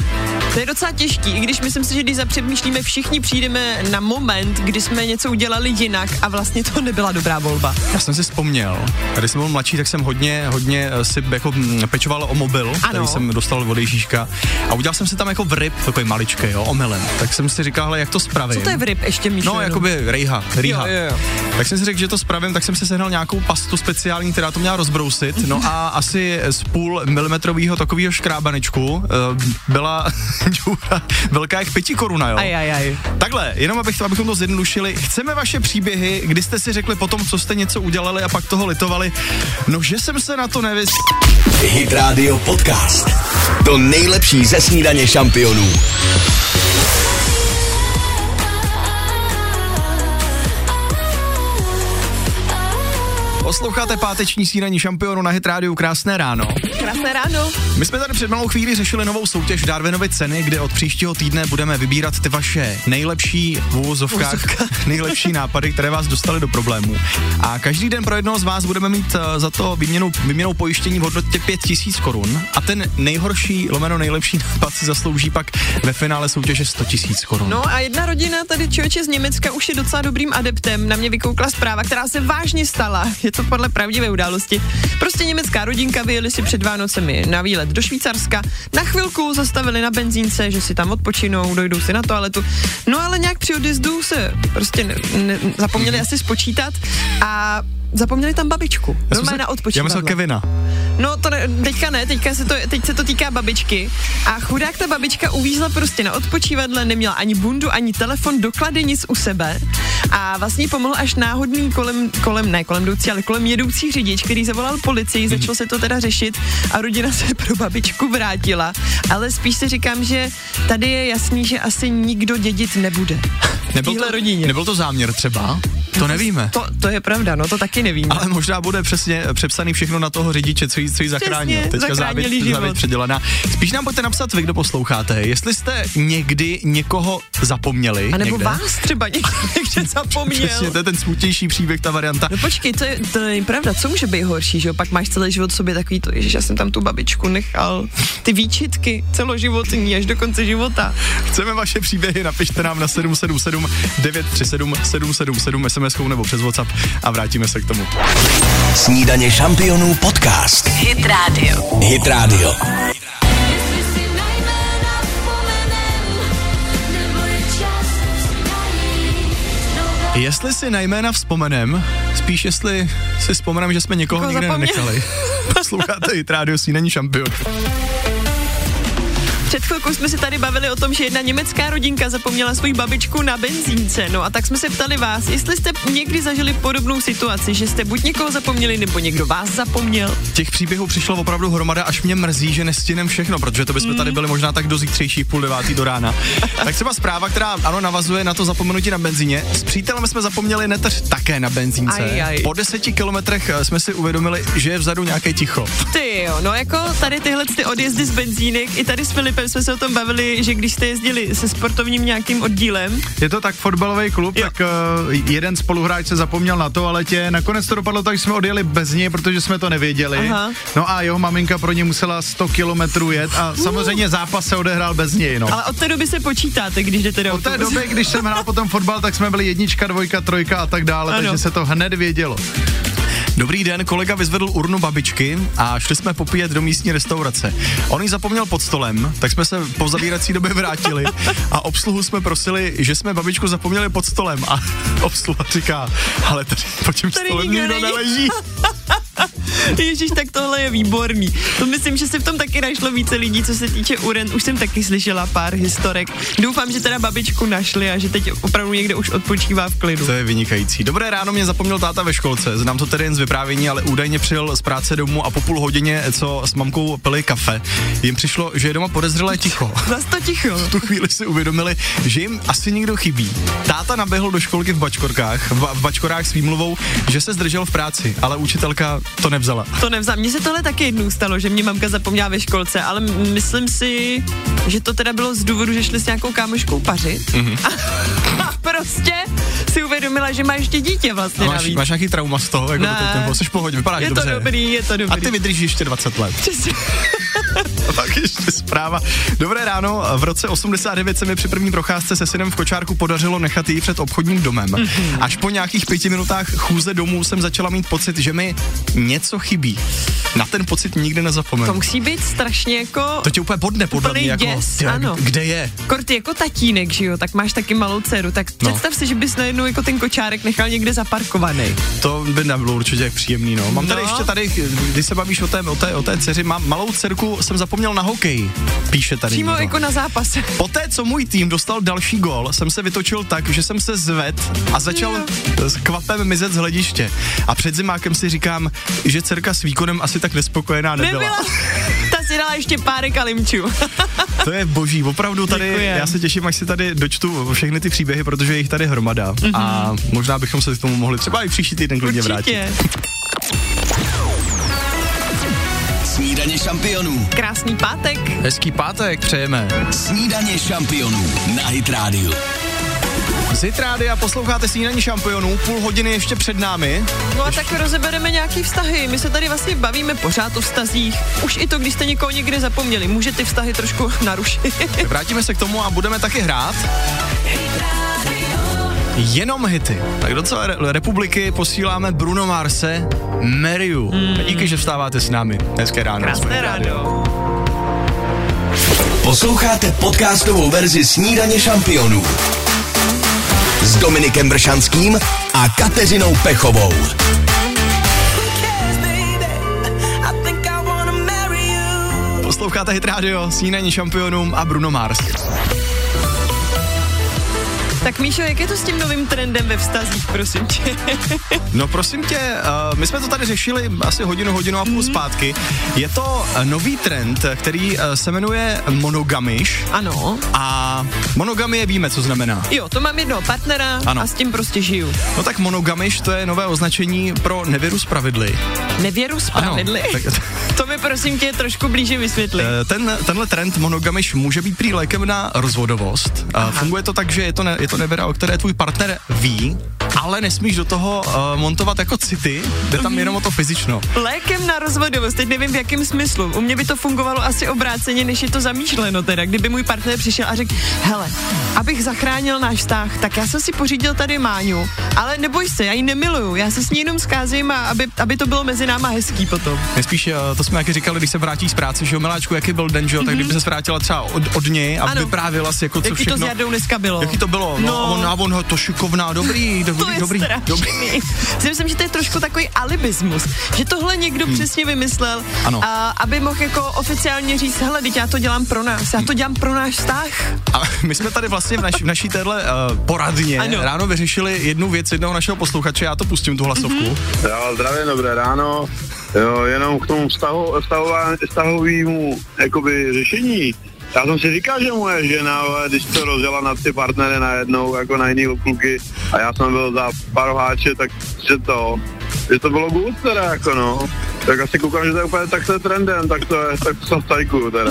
Speaker 2: To je docela těžký, i když myslím si, že když zapřemýšlíme, všichni přijdeme na moment, kdy jsme něco udělali jinak a vlastně to nebyla dobrá volba.
Speaker 3: Já jsem si vzpomněl, když jsem byl mladší, tak jsem hodně, hodně eh, si jako mm, pečoval o mobil, ano. který jsem dostal od Ježíška. A udělal jsem si tam jako vryb, takový maličký, jo, omylem. Tak jsem si říkal, hele, jak to spravím.
Speaker 2: Co to je v ryb ještě, Míšo?
Speaker 3: No,
Speaker 2: jenom?
Speaker 3: jakoby rejha, rýha.
Speaker 2: Jo, jo, jo.
Speaker 3: Tak jsem si řekl, že to spravím, tak jsem si sehnal nějakou pastu speciální, která to měla rozbrousit. No a asi z půl milimetrového takového škrábanečku eh, byla díra velká jak pěti koruna, jo.
Speaker 2: Aj, aj, aj.
Speaker 3: Takhle, jenom abych to, abychom to zjednodušili, chceme vaše příběhy, kdy jste si řekli potom, co jste něco udělali a pak toho litovali. No, že jsem se na to nevys...
Speaker 1: Hit Radio Podcast. To nejlepší ze snídaně šampionů.
Speaker 3: Posloucháte páteční snídaní šampionu na Hitrádiu. Krásné ráno.
Speaker 2: Krásné ráno.
Speaker 3: My jsme tady před malou chvíli řešili novou soutěž Darwinovy ceny, kde od příštího týdne budeme vybírat ty vaše nejlepší v úvozovkách, nejlepší nápady, které vás dostaly do problémů. A každý den pro jednoho z vás budeme mít eh, za to výměnou, výměnou pojištění v hodnotě 5000 korun a ten nejhorší, lomeno nejlepší nápad si zaslouží pak ve finále soutěže 100 000 korun.
Speaker 2: No a jedna rodina tady člověče z Německa už je docela dobrým adeptem. Na mě vykoukla zpráva, která se vážně stala. Je to podle pravdivé události. Prostě německá rodinka vyjeli si před Vánocemi na výlet do Švýcarska. Na chvilku zastavili na benzínce, že si tam odpočinou, dojdou si na toaletu. No ale nějak při odjezdu se prostě ne, ne, zapomněli asi spočítat a zapomněli tam babičku.
Speaker 3: Já jsem
Speaker 2: Normálně
Speaker 3: se-
Speaker 2: na
Speaker 3: Já
Speaker 2: odpočívadle.
Speaker 3: myslel Kevina.
Speaker 2: No to ne, teďka ne, teďka se to, teď se to týká babičky. A chudák ta babička uvízla prostě na odpočívadle, neměla ani bundu, ani telefon, doklady, nic u sebe. A vlastně pomohl až náhodný kolem, kolem ne kolem jdoucí, ale kolem jedoucí řidič, který zavolal policii, začalo se to teda řešit a rodina se pro babičku vrátila. Ale spíš si říkám, že tady je jasný, že asi nikdo dědit nebude.
Speaker 3: Nebyl
Speaker 2: téhle
Speaker 3: to,
Speaker 2: rodině. Jako
Speaker 3: nebyl to záměr třeba? To nevíme.
Speaker 2: To, to je pravda, no to taky nevím.
Speaker 3: Ale možná bude přesně eh, přepsaný všechno na toho řidiče, co jí, co jí zachránil. Teďka
Speaker 2: zachránili
Speaker 3: závěť,
Speaker 2: život.
Speaker 3: závěť předělaná. Spíš nám pojďte napsat vy, kdo posloucháte. Jestli jste někdy někoho zapomněli.
Speaker 2: A nebo
Speaker 3: někde,
Speaker 2: vás třeba někdo, někde zapomněl.
Speaker 3: Přesně, to je ten smutnější příběh, ta varianta.
Speaker 2: No počkej, to je, to je pravda, co může být horší, že jo? Pak máš celý život v sobě takový to, že já jsem tam tu babičku nechal. Ty výčitky celoživotní až do konce života.
Speaker 3: Chceme vaše příběhy, napište nám na 777 937 777 sms nebo přes WhatsApp a vrátíme se k tomu.
Speaker 1: Snídaně šampionů podcast.
Speaker 8: Hit Radio.
Speaker 1: Hit Radio.
Speaker 3: Jestli si na jména vzpomenem, spíš jestli si vzpomenem, že jsme někoho
Speaker 2: Někoho
Speaker 3: nikdy
Speaker 2: zapomněl.
Speaker 3: nenechali. Posloucháte i Rádio Sýnaní šampion.
Speaker 2: Před chvilkou jsme se tady bavili o tom, že jedna německá rodinka zapomněla svou babičku na benzínce. No a tak jsme se ptali vás, jestli jste někdy zažili podobnou situaci, že jste buď někoho zapomněli, nebo někdo vás zapomněl.
Speaker 3: Těch příběhů přišlo opravdu hromada, až mě mrzí, že nestinem všechno, protože to bychom tady
Speaker 2: Mhm.
Speaker 3: byli možná tak do zítřejší půl devátý do rána. tak třeba zpráva, která ano navazuje na to zapomenutí na benzíně. S přítelem jsme zapomněli neteř také na benzínce.
Speaker 2: Aj, aj.
Speaker 3: Po deseti kilometrech eh, jsme si uvědomili, že je vzadu nějaké ticho.
Speaker 2: Ty jo, no jako tady tyhle ty odjezdy z benzínek, i tady s Filipem jsme se o tom bavili, že když jste jezdili se sportovním nějakým oddílem,
Speaker 5: Je to tak fotbalový klub,
Speaker 2: Jo.
Speaker 5: jo. tak uh, jeden spoluhráč se zapomněl na toaletě. Nakonec to dopadlo tak, že jsme odjeli bez něj, protože jsme to nevěděli.
Speaker 2: Aha.
Speaker 5: No a jeho maminka pro ně musela 100 kilometrů jet a samozřejmě zápas se odehrál bez něj. No.
Speaker 2: ale od té doby se počítáte, když jdete do
Speaker 5: Od té
Speaker 2: autobusu.
Speaker 5: doby, když jsem hrál potom fotbal, tak jsme byli jednička, dvojka, trojka a tak dále,
Speaker 2: Ano.
Speaker 5: ano. takže se to hned vědělo.
Speaker 3: Dobrý den, kolega vyzvedl urnu babičky a šli jsme popíjet do místní restaurace. On ji zapomněl pod stolem, tak jsme se po zavírací době vrátili a obsluhu jsme prosili, že jsme babičku zapomněli pod stolem a obsluha říká, ale tady pod tím
Speaker 2: Tady
Speaker 3: stolem
Speaker 2: nikdo
Speaker 3: nikdo
Speaker 2: není."
Speaker 3: neleží.
Speaker 2: Ježíš, tak tohle je výborný. To myslím, že se v tom taky našlo více lidí, co se týče uren. Už jsem taky slyšela pár historek. Doufám, že teda babičku našli a že teď opravdu někde už odpočívá v klidu.
Speaker 3: To je vynikající. Dobré ráno mě zapomněl táta ve školce. Znám to tedy jen z vyprávění, ale údajně přijel z práce domů a po půl hodině, co s mamkou pili kafe, jim přišlo, že je doma podezřelé ticho.
Speaker 2: Zas to ticho.
Speaker 3: V tu chvíli si uvědomili, že jim asi někdo chybí. Táta naběhl do školky v bačkorkách, v, ba- v bačkorách s výmluvou, že se zdržel v práci, ale učitelka to nevzala.
Speaker 2: To nevzám. Mně se tohle taky jednou stalo, že mě mamka zapomněla ve školce, ale m- myslím si, že to teda bylo z důvodu, že šli s nějakou kámoškou pařit.
Speaker 3: Mhm.
Speaker 2: Mm-hmm. A, a prostě si uvědomila, že má ještě dítě vlastně
Speaker 3: A No, máš,
Speaker 2: navíc.
Speaker 3: máš nějaký trauma z toho? Jako
Speaker 2: Ne.
Speaker 3: ne. Teď, nebo jsi v pohodě, vypadáš
Speaker 2: je to
Speaker 3: dobře.
Speaker 2: dobrý, je to
Speaker 3: A
Speaker 2: dobrý.
Speaker 3: ty vydržíš ještě 20 let.
Speaker 2: Přesně.
Speaker 3: A pak ještě zpráva. Dobré ráno, v roce 89 se mi při první procházce se synem v kočárku podařilo nechat ji před obchodním domem. Mm-hmm.
Speaker 2: Mhm.
Speaker 3: Až po nějakých pěti minutách chůze domů jsem začala mít pocit, že mi něco chybí. Na ten pocit nikdy nezapomenu.
Speaker 2: To musí být strašně jako...
Speaker 3: To tě úplně bodne podle
Speaker 2: Úplný
Speaker 3: mě, jako,
Speaker 2: děs,
Speaker 3: tyjo,
Speaker 2: ano.
Speaker 3: kde je?
Speaker 2: Kort ty jako tatínek, že jo, tak máš taky malou dceru, tak
Speaker 3: No.
Speaker 2: no. představ si, že bys najednou jako ten kočárek nechal někde zaparkovaný.
Speaker 3: To by nebylo určitě příjemný, no. Mám tady
Speaker 2: No.
Speaker 3: ještě tady, když se bavíš o té, o té, o té dceři, mám malou dcerku, jsem zapomněl na hokej, píše tady.
Speaker 2: Přímo
Speaker 3: někdo.
Speaker 2: jako na zápase.
Speaker 3: Poté, co můj tým dostal další gól, jsem se vytočil tak, že jsem se zved a začal s kvapem mizet z hlediště. A před zimákem si říkám, že dcerka s výkonem asi tak nespokojená nebyla.
Speaker 2: Nebyla. Ta si dala ještě párek a limčů.
Speaker 3: To je boží, opravdu tady,
Speaker 2: Děkujem.
Speaker 3: já se těším, až si tady dočtu všechny ty příběhy, protože je jich tady hromada. Mm-hmm. A možná bychom se k tomu mohli třeba i příští týden klidně vrátit.
Speaker 2: Mhm. Určitě.
Speaker 1: Snídaně šampionů.
Speaker 2: Krásný pátek.
Speaker 3: Hezký pátek přejeme.
Speaker 1: Snídaně šampionů na Hit Radio.
Speaker 3: Z Hitrády a posloucháte snídaní šampionů, půl hodiny ještě před námi.
Speaker 2: No a tak rozebereme nějaký vztahy. My se tady vlastně bavíme pořád o vztazích. Už i to, když jste někoho někde zapomněli, může ty vztahy trošku narušit.
Speaker 3: Vrátíme se k tomu a budeme taky hrát. Jenom hity. Tak do celé re- republiky posíláme Bruno Marse, Meriu. Mm. Díky, že vstáváte s námi. Hezké ráno.
Speaker 2: Krásné
Speaker 3: Jsme rádi.
Speaker 2: ráno.
Speaker 1: Posloucháte podcastovou verzi Snídaně šampionů s Dominikem Bršanským a Kateřinou Pechovou.
Speaker 3: Posloucháte Hit Radio, snídaní šampionům a Bruno Mars.
Speaker 2: Tak Míšo, jak je to s tím novým trendem ve vztazích, prosím tě?
Speaker 3: No prosím tě, eh, my jsme to tady řešili asi hodinu, hodinu a půl zpátky. Je to eh, nový trend, eh, který eh, se jmenuje monogamiš.
Speaker 2: Ano.
Speaker 3: A monogamie víme, co znamená.
Speaker 2: Jo, to mám jednoho partnera
Speaker 3: Ano.
Speaker 2: ano. a s tím prostě žiju.
Speaker 3: No tak monogamiš to je nové označení pro nevěru z pravidly.
Speaker 2: Nevěru spravedli.
Speaker 3: Ano, tak-
Speaker 2: to mi prosím tě trošku blíže vysvětli.
Speaker 3: Eh, Ten, tenhle trend monogamiš může být prý lékem na rozvodovost. Aha. Funguje to tak, že je to, ne, je to nevěra, o které tvůj partner ví, ale nesmíš do toho eh, montovat jako city, jde tam jenom o to fyzično.
Speaker 2: Lékem na rozvodovost, teď nevím v jakém smyslu. U mě by to fungovalo asi obráceně, než je to zamýšleno teda. Kdyby můj partner přišel a řekl, hele, abych zachránil náš vztah, tak já jsem si pořídil tady Máňu, ale neboj se, já ji nemiluju, já se s ní jenom scházím, a aby, aby to bylo mezi náma hezký potom.
Speaker 3: Nejspíš, eh, to jsme taky říkali, když se vrátí z práce, že jo, miláčku, jaký byl den, že jo, tak kdyby se vrátila třeba od, od něj a
Speaker 2: Mhm. Ano.
Speaker 3: vyprávěla si, jako co
Speaker 2: Jaký to
Speaker 3: všechno.
Speaker 2: s Jardou dneska bylo?
Speaker 3: Jaký to bylo? No,
Speaker 2: No.
Speaker 3: A, on, a on, "He, to šikovná, dobrý, dobrý,
Speaker 2: To je
Speaker 3: dobrý,
Speaker 2: strašný.
Speaker 3: dobrý.
Speaker 2: Si myslím, že to je trošku takový alibismus, že tohle někdo hmm. přesně vymyslel,
Speaker 3: Ano.
Speaker 2: A, aby mohl jako oficiálně říct, hele, teď já to dělám pro nás, já to dělám pro náš vztah.
Speaker 3: A my jsme tady vlastně v, naš, v naší téhle uh, poradně ano.
Speaker 2: Ano.
Speaker 3: ráno vyřešili jednu věc jednoho našeho posluchače, já to pustím tu hlasovku.
Speaker 2: Mhm.
Speaker 3: Mm-hmm.
Speaker 6: Já zdravím, dobré ráno. Jo, jenom k tomu vztahu, vztahová- vztahovému jakoby, řešení. Já jsem si říkal, že moje žena, ale když to rozjela na ty partnery najednou, jako na jiný kluky, a já jsem byl za pár háče, tak že to, že to bylo good teda, jako no. Tak asi koukám, že to je úplně takhle trendem, tak to je, tak to jsem v tajku teda.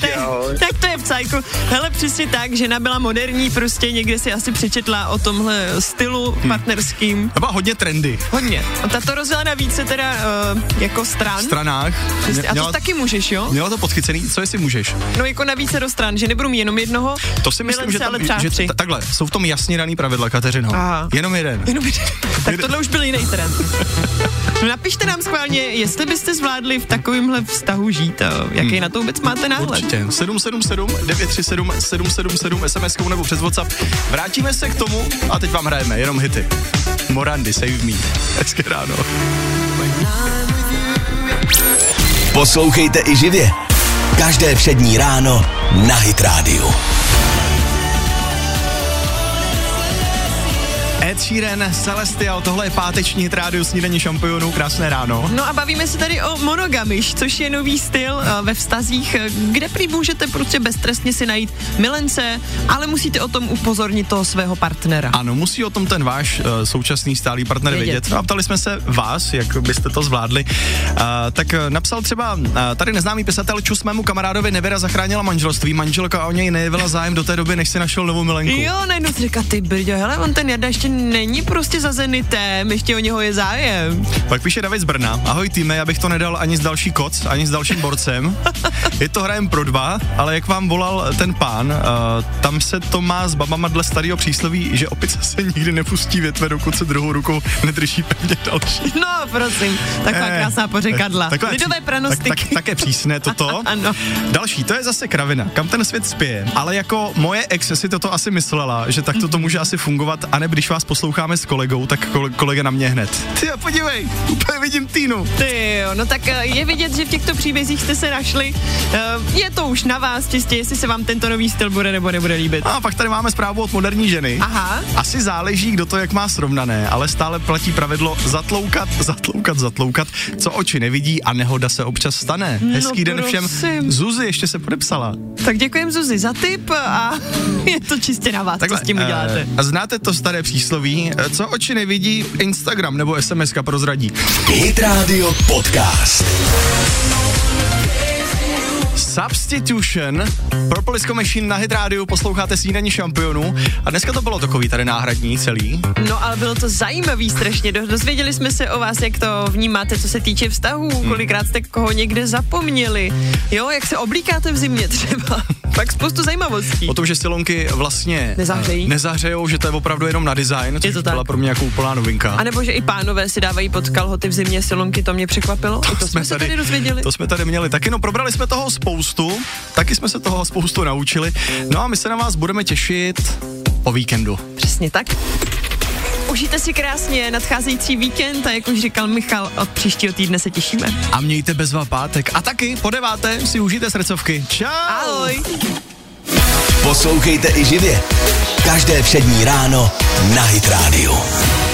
Speaker 6: Tak ahoj.
Speaker 2: tak to je v cajku. Hele, přesně tak, žena byla moderní, prostě někde si asi přečetla o tomhle stylu
Speaker 3: Hmm.
Speaker 2: partnerským.
Speaker 3: To byla hodně trendy.
Speaker 2: Hodně. A tato rozjela navíc se teda uh, jako stran.
Speaker 3: V stranách.
Speaker 2: Přesně. A to
Speaker 3: Měla-
Speaker 2: taky můžeš, jo?
Speaker 3: Měla to podchycený, co jestli můžeš?
Speaker 2: No jako na více stran, že nebudu mít jenom jednoho.
Speaker 3: To si myslím,
Speaker 2: milence,
Speaker 3: že,
Speaker 2: ale
Speaker 3: tam,
Speaker 2: třeba
Speaker 3: že
Speaker 2: tři.
Speaker 3: t- takhle, jsou v tom jasně daný pravidla, Kateřino.
Speaker 2: Aha.
Speaker 3: Jenom jeden.
Speaker 2: Jenom jeden. tak tohle už byl jiný trend. No napište nám schválně, jestli byste zvládli v takovémhle vztahu žít a jaký na to vůbec máte náhled.
Speaker 3: Hmm. Určitě. 777 937 777 sms nebo přes WhatsApp. Vrátíme se k tomu a teď vám hrajeme jenom hity. Morandy, save me. Hezké ráno.
Speaker 1: Poslouchejte i živě. Každé přední ráno na Hit Radio.
Speaker 3: Ed Sheeran, Celestial, tohle je páteční hit rádiu snídaní šampionů, krásné ráno.
Speaker 2: No a bavíme se tady o monogamiš, což je nový styl eh, ve vztazích, eh, kde prý můžete prostě beztrestně si najít milence, ale musíte o tom upozornit toho svého partnera.
Speaker 3: Ano, musí o tom ten váš eh, současný stálý partner
Speaker 2: Vědět.
Speaker 3: vědět. No a ptali jsme se vás, jak byste to zvládli. Uh, tak eh, napsal třeba uh, tady neznámý pisatel Čus mému kamarádovi Nevera zachránila manželství, manželka o něj nejevila zájem do té doby, než si našel novou milenku.
Speaker 2: Jo, najednou si říká, ty brďo, hele, on ten Jarda ještě není prostě za Zenitem, ještě o něho je zájem.
Speaker 3: Pak píše David z Brna. Ahoj týme, já bych to nedal ani s další koc, ani s dalším borcem. Je to hrajem pro dva, ale jak vám volal ten pán, uh, tam se to má s babama dle starého přísloví, že opice se nikdy nepustí větve, dokud se druhou rukou nedrží pevně další.
Speaker 2: No, prosím, taková
Speaker 3: Eh,
Speaker 2: krásná pořekadla.
Speaker 3: taková-
Speaker 2: Lidové pranostiky.
Speaker 3: Tak, tak, také přísné toto.
Speaker 2: Ano.
Speaker 3: Další, to je zase kravina, kam ten svět spěje. Ale jako moje ex si toto asi myslela, že takto to může asi fungovat, anebo když vás posloucháme s kolegou, tak kole- kolega na mě hned. Ty jo, podívej, úplně vidím Týnu.
Speaker 2: Ty jo, no tak eh, je vidět, že v těchto příbězích jste se našli. Eh, Je to už na vás čistě, jestli se vám tento nový styl bude nebo nebude líbit.
Speaker 3: A pak tady máme zprávu od moderní ženy.
Speaker 2: Aha.
Speaker 3: Asi záleží, kdo to jak má srovnané, ale stále platí pravidlo zatloukat, zatloukat, zatloukat, co oči nevidí a nehoda se občas stane. Hezký den všem.
Speaker 2: No prosím.
Speaker 3: Zuzi ještě se podepsala.
Speaker 2: Tak děkujem Zuzi za tip a je to čistě na vás, co s tím uděláte.
Speaker 3: eh, znáte to staré přísloví, eh, co oči nevidí, Instagram nebo SMS prozradí.
Speaker 1: Hit Radio Podcast.
Speaker 3: Substitution, Purple Disco Machine na Hit Radio, posloucháte snídaní šampionů a dneska to bylo takový tady náhradní celý.
Speaker 2: No ale bylo to zajímavý strašně, Do- dozvěděli jsme se o vás, jak to vnímáte, co se týče vztahů, kolikrát jste koho někde zapomněli, jo, jak se oblíkáte v zimě třeba, tak spoustu zajímavostí.
Speaker 3: O tom, že silonky vlastně
Speaker 2: Nezahřejí.
Speaker 3: eh, nezahřejou, že to je opravdu jenom na design, což
Speaker 2: to tak.
Speaker 3: byla pro mě jako úplná novinka.
Speaker 2: A nebo že i pánové si dávají pod kalhoty v zimě silonky, to mě překvapilo. To, I to jsme se tady dozvěděli.
Speaker 3: To jsme tady měli taky, no probrali jsme toho spoustu, taky jsme se toho spoustu naučili. No a my se na vás budeme těšit o víkendu.
Speaker 2: Přesně tak. Užijte si krásně nadcházející víkend a jak už říkal Michal, od příštího týdne se těšíme.
Speaker 3: A mějte bezva pátek. A taky po deváté si užijte srdcovky. Čau!
Speaker 2: Ahoj!
Speaker 1: Poslouchejte i živě. Každé přední ráno na Hit Radio.